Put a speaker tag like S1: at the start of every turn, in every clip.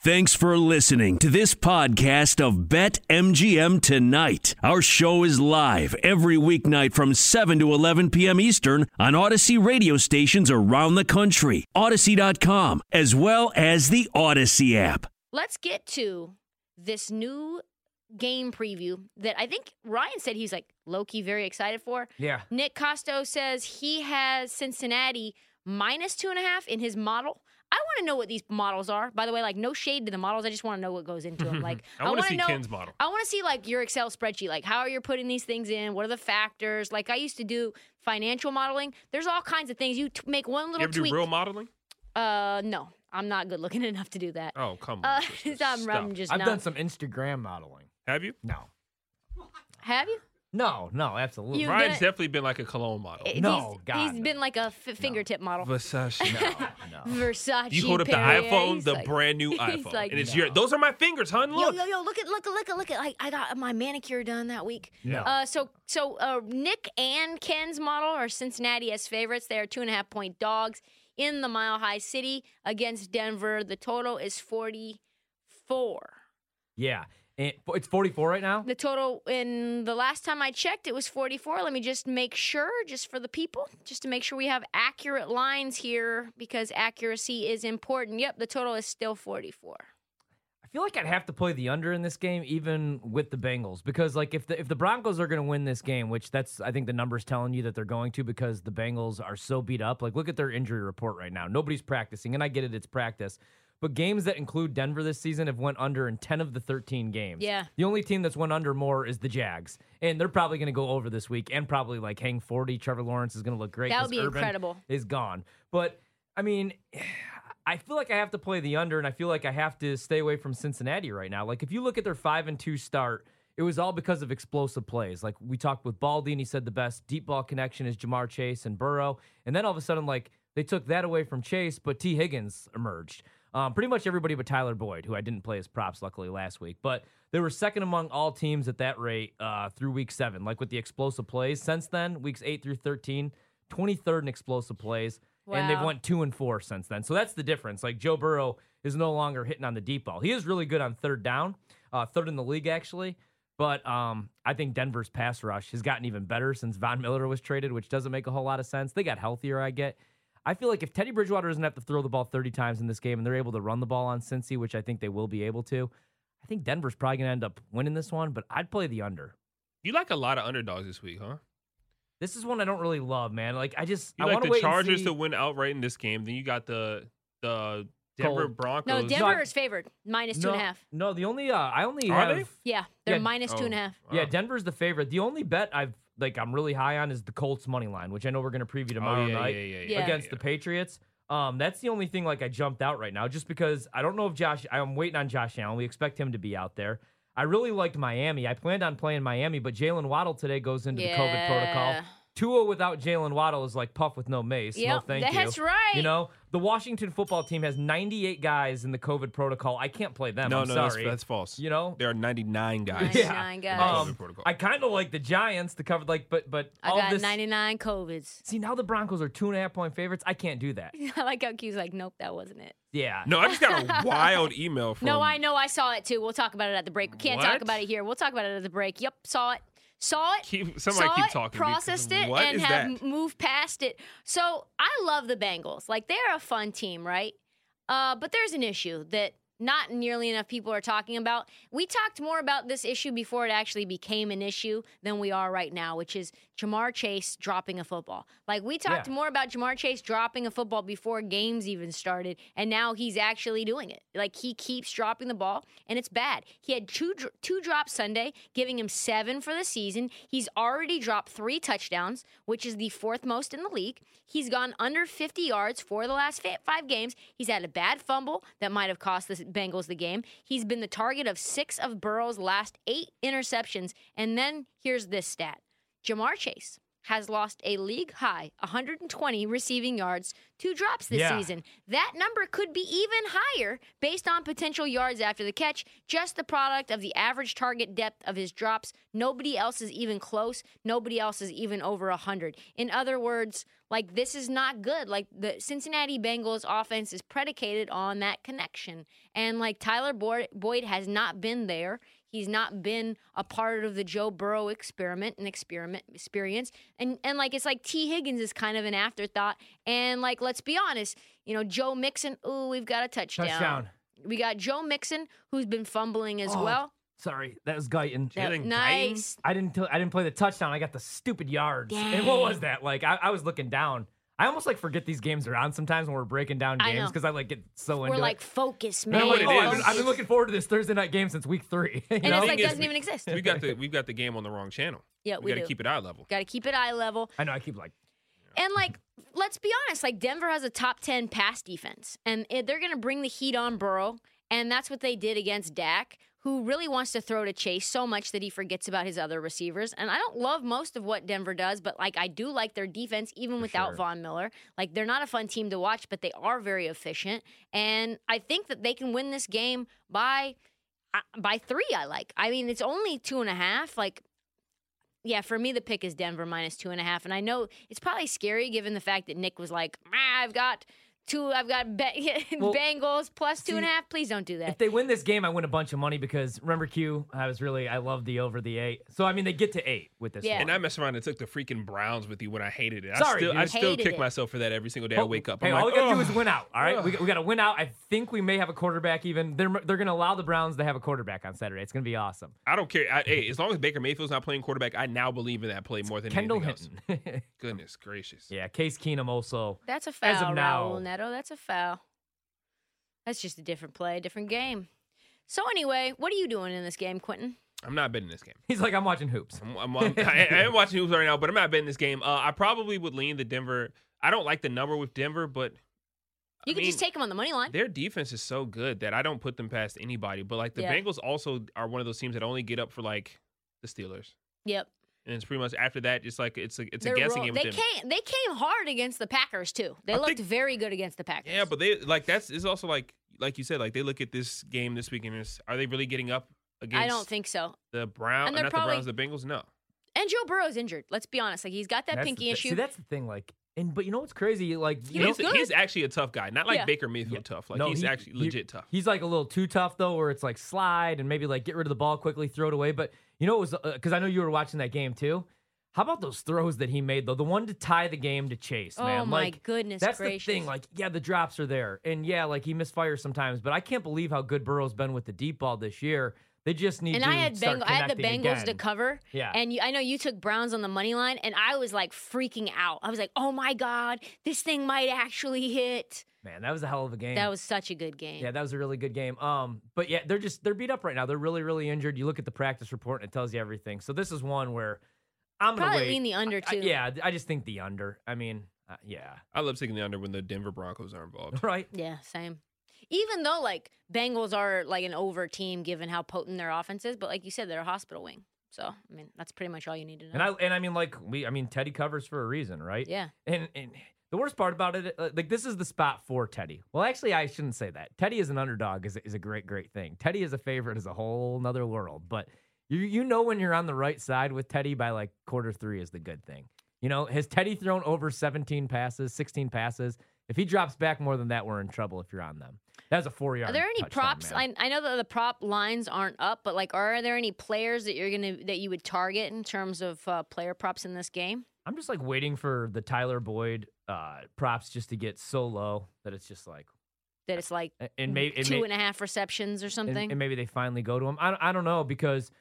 S1: Thanks for listening to this podcast of Bet MGM Tonight. Our show is live every weeknight from 7 to 11 p.m. Eastern on Odyssey radio stations around the country, Odyssey.com, as well as the Odyssey app.
S2: Let's get to this new game preview that I think Ryan said he's like Loki very excited for.
S3: Yeah.
S2: Nick Costo says he has Cincinnati minus two and a half in his model. I want to know what these models are. By the way, like no shade to the models. I just want to know what goes into them. Like
S3: I want
S2: wanna
S3: to see
S2: know,
S3: Ken's model.
S2: I want to see like your Excel spreadsheet. Like how are you putting these things in? What are the factors? Like I used to do financial modeling. There's all kinds of things. You t- make one
S3: You
S2: little
S3: ever do
S2: tweak.
S3: real modeling?
S2: uh, no, I'm not good looking enough to do that.
S3: Oh, come on.
S2: Uh,
S3: sister,
S2: I'm, I'm
S3: stop.
S2: just
S4: I've
S2: not.
S4: done some Instagram modeling.
S3: Have you?
S4: No.
S2: Have you?
S4: No, no, absolutely.
S2: You-
S3: Ryan's
S2: gonna-
S3: definitely been like a cologne model.
S2: Eh,
S4: No,
S2: he's,
S4: God,
S2: he's
S4: no.
S2: been like a f- fingertip model.
S3: Versace.
S4: No, no.
S2: Versace.
S3: You hold up the
S2: Perrier,
S3: iPhone,
S2: he's
S3: the
S2: like-
S3: brand new
S2: he's
S3: iPhone,
S2: like,
S3: and it's
S4: no.
S3: your. Those are my fingers, hun.
S2: Yo,
S3: Look.
S2: yo, yo! Look at, look, at- look, at- look at! Like I got my manicure done that week.
S4: No.
S2: Uh, so, so uh, Nick and Ken's model are Cincinnati as favorites. They are two and a half point dogs in the Mile High City against Denver. The total is forty four.
S4: Yeah. And it's 44 right now?
S2: The total in the last time I checked, it was 44. Let me just make sure, just for the people, just to make sure we have accurate lines here because accuracy is important. Yep, the total is still 44.
S4: I feel like I'd have to play the under in this game, even with the Bengals, because like if the if the Broncos are going to win this game, which that's I think the numbers telling you that they're going to, because the Bengals are so beat up. Like look at their injury report right now. Nobody's practicing, and I get it, it's practice. But games that include Denver this season have went under in ten of the thirteen games.
S2: Yeah.
S4: the only team that's went under more is the Jags, and they're probably going to go over this week and probably like hang forty. Trevor Lawrence is going to look great.
S2: That
S4: 'cause
S2: would be
S4: Urban
S2: incredible.
S4: Is gone, but I mean. I feel like I have to play the under, and I feel like I have to stay away from Cincinnati right now. Like if you look at their five and two start, it was all because of explosive plays. Like we talked with Baldy, and he said the best deep ball connection is Jamar Chase and Burrow, and then all of a sudden, like they took that away from Chase, but T Higgins emerged. Um, pretty much everybody but Tyler Boyd, who I didn't play as props luckily last week, but they were second among all teams at that rate uh, through week seven. Like with the explosive plays, since then weeks eight through 13, 23rd in explosive plays, and they've
S2: Wow.
S4: won went two and four since then. So that's the difference. Like Joe Burrow is no longer hitting on the deep ball. He is really good on third down, uh, third in the league actually. But um, I think Denver's pass rush has gotten even better since Von Miller was traded, which doesn't make a whole lot of sense. They got healthier, I get. I feel like if Teddy Bridgewater doesn't have to throw the ball 30 times in this game and they're able to run the ball on Cincy, which I think they will be able to, I think Denver's probably going to end up winning this one, but I'd play the under.
S3: You like a lot of underdogs this week, huh?
S4: This is one I don't really love, man. Like, I just,
S3: You
S4: I
S3: like
S4: want to
S3: the
S4: wait
S3: Chargers
S4: and see.
S3: to win outright in this game. Then you got the the Denver
S4: Cold.
S3: Broncos.
S2: No,
S4: No,
S2: Denver
S4: I-
S2: is favored, minus two
S4: no,
S2: and a half.
S4: No, the only, uh, I only
S3: Are
S4: have.
S3: they?
S2: Yeah, they're
S4: Yeah,
S2: minus two and a
S3: Oh,
S2: half.
S4: Yeah,
S3: wow.
S4: Denver's the favorite. The only bet I've like I'm really high on is the Colts money line, which I know we're going to preview tomorrow
S3: oh, yeah,
S4: night
S3: yeah, yeah,
S2: Yeah.
S4: against the Patriots. Um, that's the only thing like I jumped out right now, just because I don't know if Josh. I'm waiting on Josh Allen. We expect him to be out there. I really liked Miami. I planned on playing Miami, but Jalen Waddle today goes into the COVID
S2: Yeah.
S4: protocol. Tua without Jalen Waddle is like puff with no mace. no
S2: Yep,
S4: thank you.
S2: that's right.
S4: You know the Washington football team has 98 guys in the COVID protocol. I can't play them.
S3: No,
S4: I'm
S3: no, that's,
S4: sorry.
S3: that's false.
S4: you know
S3: there are 99 guys.
S2: 99
S3: in the
S2: guys.
S3: COVID
S4: um,
S3: protocol.
S4: I kind of like the Giants to cover, like, but but
S2: I
S4: all
S2: got
S4: this.
S2: 99 COVIDs.
S4: See, now the Broncos are two and a half point favorites. I can't do that.
S2: I like how Q's like, nope, that wasn't it.
S4: Yeah.
S3: no, I just got a wild email from.
S2: No, I know, I saw it too. We'll talk about it at the break. We can't talk
S3: What?
S2: about it here. We'll talk about it at the break. Yep, saw it. Saw it.
S3: Keep, somebody
S2: saw
S3: keep
S2: it,
S3: talking.
S2: processed
S3: because
S2: it,
S3: what
S2: and
S3: is
S2: have
S3: that?
S2: moved past it. So I love the Bengals. Like they're a fun team, right? Uh, but there's an issue that not nearly enough people are talking about. We talked more about this issue before it actually became an issue than we are right now, which is Jamar Chase dropping a football. Like we talked
S4: Yeah.
S2: more about Jamar Chase dropping a football before games even started, and now he's actually doing it. Like he keeps dropping the ball, and it's bad. He had two dr- two drops Sunday, giving him seven for the season. He's already dropped three touchdowns, which is the fourth most in the league. He's gone under 50 yards for the last fa- five games. He's had a bad fumble that might have cost the Bengals the game. He's been the target of six of Burrow's last eight interceptions, and then here's this stat: Jamar Chase has lost a league high 120 receiving yards, two drops this
S4: Yeah.
S2: season. That number could be even higher based on potential yards after the catch, just the product of the average target depth of his drops. Nobody else is even close. Nobody else is even over 100. In other words, like this is not good. Like the Cincinnati Bengals offense is predicated on that connection. And like Tyler Boyd, Boyd has not been there. He's not been a part of the Joe Burrow experiment and experiment experience. And and like it's like T. Higgins is kind of an afterthought. And like let's be honest, you know, Joe Mixon, ooh, we've got a touchdown.
S4: Touchdown.
S2: We got Joe Mixon, who's been fumbling as
S4: Oh,
S2: well.
S4: Sorry, that was Guyton.
S3: Yeah. Jalen Guyton?
S2: nice.
S4: I didn't. T- I didn't play the touchdown. I got the stupid yards. And what was that? Like I, I was looking down. I almost like forget these games are on sometimes when we're breaking down
S2: I
S4: games
S2: know.
S4: because I like get so
S2: We're
S4: into
S2: like
S4: it.
S2: focus,
S4: And
S2: man.
S4: I'm
S3: what
S4: like,
S3: it
S4: oh, I've,
S3: is.
S4: been, I've been looking forward to this Thursday night game since week three. you
S2: And it's
S4: know?
S2: like
S3: thing is
S2: doesn't
S3: we-
S2: even exist.
S3: we got the we've got the game on the wrong channel.
S2: Yeah,
S3: we,
S2: Uh, we
S3: got to
S2: do.
S3: keep it eye level.
S2: Got to keep it eye level.
S4: I know. I keep like
S2: And like, let's be honest, like Denver has a top 10 pass defense, and it, they're going to bring the heat on Burrow, and that's what they did against Dak, who really wants to throw to Chase so much that he forgets about his other receivers. And I don't love most of what Denver does, but like I do like their defense even without
S4: sure.
S2: Von Miller. Like they're not a fun team to watch, but they are very efficient, and I think that they can win this game by I- by 3 I like. I mean, it's only two and a half, like yeah, for me, the pick is Denver minus two and a half. And I know it's probably scary given the fact that Nick was like, "Ah, I've got two, I've got ba-
S4: Well,
S2: Bengals plus two and a
S4: see,
S2: half. Please don't do
S4: if
S2: that.
S4: they win this game, I win a bunch of money because remember Q. I was really I love the over the eight. So I mean they get to eight with this.
S2: Yeah.
S4: one.
S3: And I mess around and took the freaking Browns with you when I hated it.
S4: Sorry,
S3: I still,
S4: dude.
S3: I still
S2: Hated
S3: kick
S2: it.
S3: myself for that every single day I wake up.
S4: Oh, Hey,
S3: I'm
S4: all
S3: like,
S4: we gotta do
S3: "Ugh."
S4: is win out. All right, we, we gotta win out. I think we may have a quarterback. Even they're they're gonna allow the Browns to have a quarterback on Saturday. It's gonna be awesome.
S3: I don't care. I, hey, as long as Baker Mayfield's not playing quarterback, I now believe in that play more than
S4: Kendall
S3: anything else.
S4: Hinton.
S3: Goodness gracious.
S4: yeah, Case Keenum also.
S2: That's a
S4: As of
S2: foul,
S4: now.
S2: Raul Neto. That's a foul. That's just a different play, a different game. So anyway, what are you doing in this game, Quentin?
S3: I'm not betting this game.
S4: He's like, I'm watching hoops.
S3: I'm, I'm, I'm, I, I am watching hoops right now, but I'm not betting this game. Uh, I probably would lean the Denver. I don't like the number with Denver, but
S2: You
S3: I
S2: can just
S3: mean,
S2: take him on the money line.
S3: Their defense is so good that I don't put them past anybody. But like the
S2: Yeah.
S3: Bengals also are one of those teams that only get up for like the Steelers,
S2: Yep,
S3: and it's pretty much after that. It's like it's a, it's
S2: They're
S3: a guessing
S2: roll-
S3: game.
S2: They
S3: With them.
S2: came, they came hard against the Packers too. They
S3: I
S2: looked
S3: think-
S2: very good against the Packers.
S3: Yeah, but they like that's is also like like you said like they look at this game this week and it's, are they really getting up against
S2: I don't think so.
S3: the Browns?
S2: and
S3: Not
S2: they're probably-
S3: the Browns, the Bengals. No,
S2: And Joe Burrow's injured. Let's be honest; like he's got that
S4: That's the
S2: pinky
S4: thi-
S2: issue.
S4: See, that's the thing. Like, and but you know what's crazy? Like, you know,
S3: he's,
S2: good.
S3: he's actually a tough guy, not like
S2: Yeah.
S3: Baker Mayfield
S4: Yeah.
S3: tough. Like
S4: No,
S3: he's
S4: he-
S3: actually
S4: he-
S3: legit tough.
S4: He's like a little too tough though, where it's like slide and maybe like get rid of the ball quickly, throw it away. But you know, it was because I know you were watching that game too. How about those throws that he made though? The one to tie the game to Chase,
S2: Oh,
S4: man.
S2: my
S4: like,
S2: goodness
S4: that's
S2: gracious.
S4: the thing. Like, yeah, the drops are there, and yeah, like he misfires sometimes. But I can't believe how good Burrow's been with the deep ball this year. They just need
S2: and
S4: to
S2: I had
S4: start
S2: Beng- I had the
S4: connecting
S2: Bengals to
S4: again.
S2: cover.
S4: Yeah.
S2: And you, I know you took Browns on the money line, and I was like freaking out. I was like, "Oh my god, this thing might actually hit."
S4: Man, that was a hell of a game.
S2: That was such a good game.
S4: Yeah, that was a really good game. Um, but yeah, they're just they're beat up right now. They're really really injured. You look at the practice report and it tells you everything. So this is one where I'm gonna
S2: Probably
S4: wait.
S2: lean the under
S4: I-
S2: too.
S4: yeah, I just think the under. I mean, uh, yeah,
S3: I love taking the under when the Denver Broncos are involved.
S4: right.
S2: Yeah, same. Even though like Bengals are like an over team given how potent their offense is, but like you said, they're a hospital wing. So I mean, that's pretty much all you need to know.
S4: And I and I mean like we I mean Teddy covers for a reason, right?
S2: yeah.
S4: And and the worst part about it, uh, like this is the spot for Teddy. Well, actually, I shouldn't say that. Teddy is an underdog is is a great great thing. Teddy is a favorite is a whole nother world. But you you know when you're on the right side with Teddy by like quarter three is the good thing. You know, has Teddy thrown over 17 passes, 16 passes? If he drops back more than that, we're in trouble. If you're on them, that's a four yard.
S2: Are there any props? I, I know that the prop lines aren't up, but like, are there any players that you're gonna that you would target in terms of uh, player props in this game?
S4: I'm just like waiting for the Tyler Boyd uh, props just to get so low that it's just like
S2: That it's like
S4: and maybe it
S2: Mm, two
S4: may-
S2: and a half receptions or
S4: and,
S2: something.
S4: and maybe they finally go to him. I, don't- I don't know because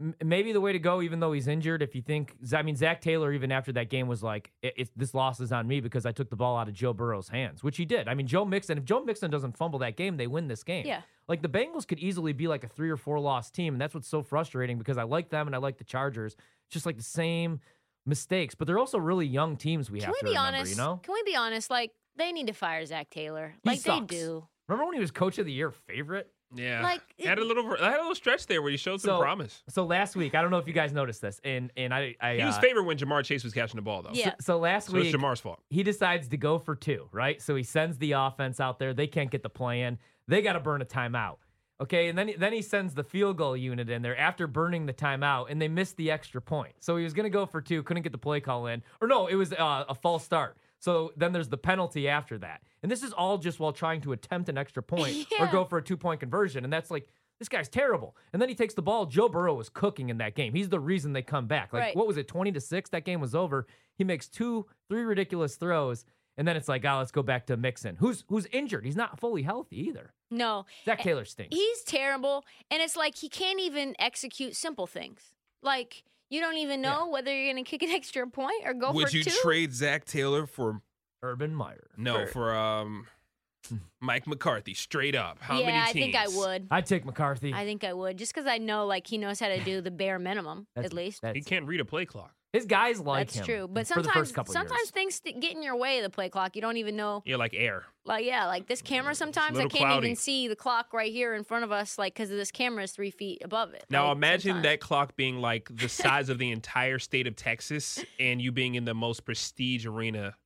S4: m- maybe the way to go, even though he's injured, if you think, I mean, Zach Taylor, even after that game, was like, "It- it's, this loss is on me because I took the ball out of Joe Burrow's hands, which he did. I mean, Joe Mixon, if Joe Mixon doesn't fumble that game, they win this game.
S2: Yeah.
S4: Like the Bengals could easily be like a three or four loss team. And that's what's so frustrating because I like them and I like the Chargers. Just like the same mistakes, but they're also really young teams we
S2: Can
S4: have
S2: we
S4: to
S2: be
S4: remember,
S2: honest?
S4: you know?
S2: Can we be honest? Like they need to fire Zach Taylor.
S4: He
S2: like
S4: sucks.
S2: they do.
S4: Remember when he was coach of the year favorite?
S3: Yeah.
S2: Like,
S3: had a little, I had a little stretch there where he showed some
S4: So-
S3: promise.
S4: So last week, I don't know if you guys noticed this, and and I, I
S3: He was
S4: uh,
S3: favored when Jamar Chase was catching the ball though.
S2: Yeah.
S4: So last
S3: So
S4: week,
S3: it's Jamar's fault.
S4: he decides to go for two, right? So he sends the offense out there. They can't get the plan. They got to burn a timeout. Okay, and then then he sends the field goal unit in there after burning the timeout, and they missed the extra point. So he was going to go for two, couldn't get the play call in, or no, it was uh, a false start. So then there's the penalty after that, and this is all just while trying to attempt an extra point or
S2: Yeah.
S4: go for a two point conversion, and that's like this guy's terrible. And then he takes the ball. Joe Burrow was cooking in that game. He's the reason they come back. Like
S2: Right.
S4: what was it, twenty to six? That game was over. He makes two, three ridiculous throws, and then it's like, oh, let's go back to Mixon, who's who's injured. He's not fully healthy either.
S2: no,
S4: Zach Taylor stinks.
S2: he's terrible, and it's like he can't even execute simple things. Like you don't even know whether you're gonna kick an extra point or go
S5: Would
S2: for
S5: you
S2: two.
S5: trade Zach Taylor for
S4: Urban Meyer.
S3: For-
S5: no for um Mike McCarthy? Straight up, how
S2: yeah,
S5: many
S2: I
S5: teams?
S2: think I would.
S4: I'd take McCarthy.
S2: I think I would, just because I know like he knows how to do the bare minimum
S4: That's-
S2: at least.
S4: that's-
S3: He can't read a play clock.
S4: his guys like
S2: That's
S4: him.
S2: true, but
S4: for the
S2: sometimes
S4: first couple
S2: sometimes
S4: years.
S2: things th- get in your way of the play clock. You don't even know.
S3: Yeah, like air.
S2: Like yeah, like this camera sometimes I
S3: little
S2: can't
S3: cloudy.
S2: even see the clock right here in front of us, like because this camera is three feet above it.
S3: Now
S2: Like,
S3: imagine
S2: sometimes.
S3: that clock being like the size of the entire state of Texas and you being in the most prestige arena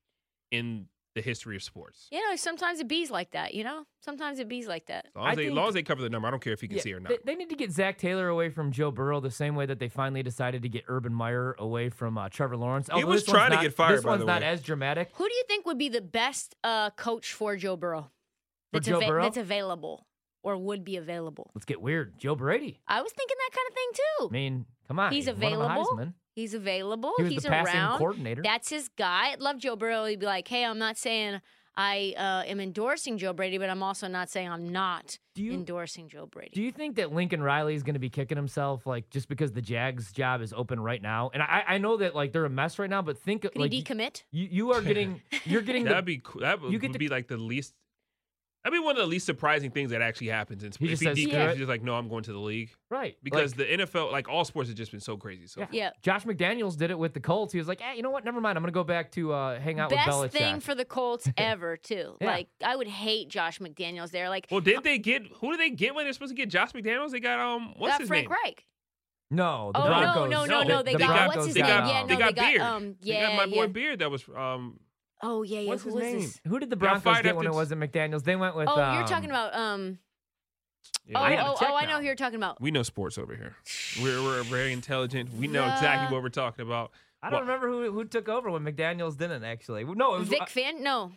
S3: in the history of sports.
S2: You know, sometimes it bees like that. You know, sometimes it bees like that.
S3: As long as,
S4: I
S3: they, as
S4: think-
S3: long as they cover the number, I don't care if you can
S4: Yeah,
S3: see or not.
S4: They, they need to get Zach Taylor away from Joe Burrow the same way that they finally decided to get Urban Meyer away from uh, Trevor Lawrence.
S5: He
S4: Although
S5: was
S4: this one's
S5: trying to
S4: not-
S5: get fired,
S4: This
S5: by
S4: one's
S5: the
S4: not
S5: way.
S4: as dramatic.
S2: Who do you think would be the best uh, coach for Joe Burrow?
S4: For Joe
S2: ava-
S4: Burrow?
S2: that's available or would be available.
S4: Let's get weird. Joe Brady.
S2: I was thinking that kind of thing
S4: I
S2: too.
S4: mean, come on.
S2: He's
S4: he won the
S2: available.
S4: Heisman.
S2: He's available.
S4: He was
S2: He's
S4: the passing
S2: around.
S4: coordinator.
S2: That's his guy. I'd love Joe Burrow. He'd be like, hey, I'm not saying I uh, am endorsing Joe Brady, but I'm also not saying I'm not
S4: Do you-
S2: endorsing Joe Brady.
S4: Do you think that Lincoln Riley is going to be kicking himself, like just because the Jags' job is open right now? And I, I know that like they're a mess right now, but think
S2: Could
S4: like
S2: he decommit?
S4: you, you are getting, you're getting. the,
S3: That'd be cool. That would,
S4: you get
S3: would
S4: to-
S3: be like the least. That'd be one of the least surprising things that actually happens. And
S4: He just
S3: if
S4: says,
S3: he
S2: "Screw
S3: decommits,
S2: it."
S3: he's just like, no, I'm going to the league
S4: right
S3: because
S4: like,
S3: the NFL, like all sports, has just been so crazy. So
S4: Yeah.
S2: Yeah.
S4: Josh McDaniels did it with the Colts. He was like, "Hey, you know what? Never mind. I'm going to go back to uh, hang out
S2: Best
S4: with Belichick."
S2: thing for the Colts ever, too.
S4: Yeah.
S2: Like, I would hate Josh McDaniels there. Like,
S3: Well, did they get who did they get when they're supposed to get Josh McDaniels? They got um what's
S2: got
S3: his
S2: uh, Frank
S3: name?
S2: Reich.
S4: no, the
S2: oh
S4: Broncos.
S2: no, no, no,
S3: No,
S2: no!
S3: the-
S2: They,
S3: the
S2: got
S3: Broncos
S2: what's his
S4: got
S2: name?
S4: out.
S2: Yeah, no,
S4: They
S2: they
S3: got
S2: got,
S3: Beard.
S2: um,
S3: They
S2: yeah,
S3: got my boy
S2: yeah.
S3: Beard that was um
S2: Oh yeah, yeah.
S3: What's
S2: Who
S3: his
S2: was
S3: name?
S2: this?
S4: Who did the
S3: Got
S4: Broncos
S3: fired
S4: get when it
S3: after-
S4: wasn't McDaniels? They went with.
S2: Oh, you're
S4: um,
S2: talking about um.
S3: yeah,
S2: oh,
S3: we-
S4: gotta
S2: oh,
S4: check
S2: oh, I know
S4: now.
S2: who you're talking about.
S3: we know sports over here. We're we're very intelligent. We know
S2: Uh,
S3: exactly what we're talking about.
S4: I
S3: Well,
S4: don't remember who who took over when McDaniels didn't actually. No, it was
S2: Vic
S4: uh,
S2: Fan? No,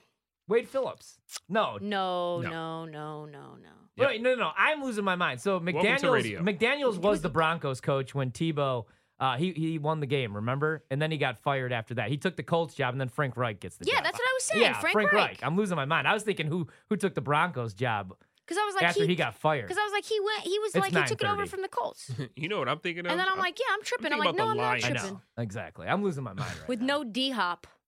S4: Wade Phillips. No,
S2: no,
S3: No.
S2: no, no, no, no.
S3: Yep.
S4: Wait, no, no, no. I'm losing my mind. So
S3: to
S4: McDaniels,
S3: radio.
S4: McDaniels was the Broncos coach when Tebow, uh, he he won the game, remember? And then he got fired after that. He took the Colts job, and then Frank Reich gets the
S2: Yeah,
S4: job.
S2: that's what I was saying.
S4: Yeah,
S2: Frank,
S4: Reich.
S2: Reich.
S4: I'm losing my mind. I was thinking who who took the Broncos job
S2: Because I was like,
S4: after he, got fired.
S2: Because I was like, he went. He was
S4: It's
S2: like, he took it over
S4: 9:30.
S2: from the Colts.
S3: You know what I'm thinking of?
S2: and then I'm like, yeah, I'm tripping. I'm,
S3: thinking
S2: like,
S3: about
S2: no,
S3: the
S2: I'm not
S3: Lions.
S4: I
S2: tripping.
S4: know exactly. I'm losing my mind. Right
S2: With
S4: now.
S2: no D Hop.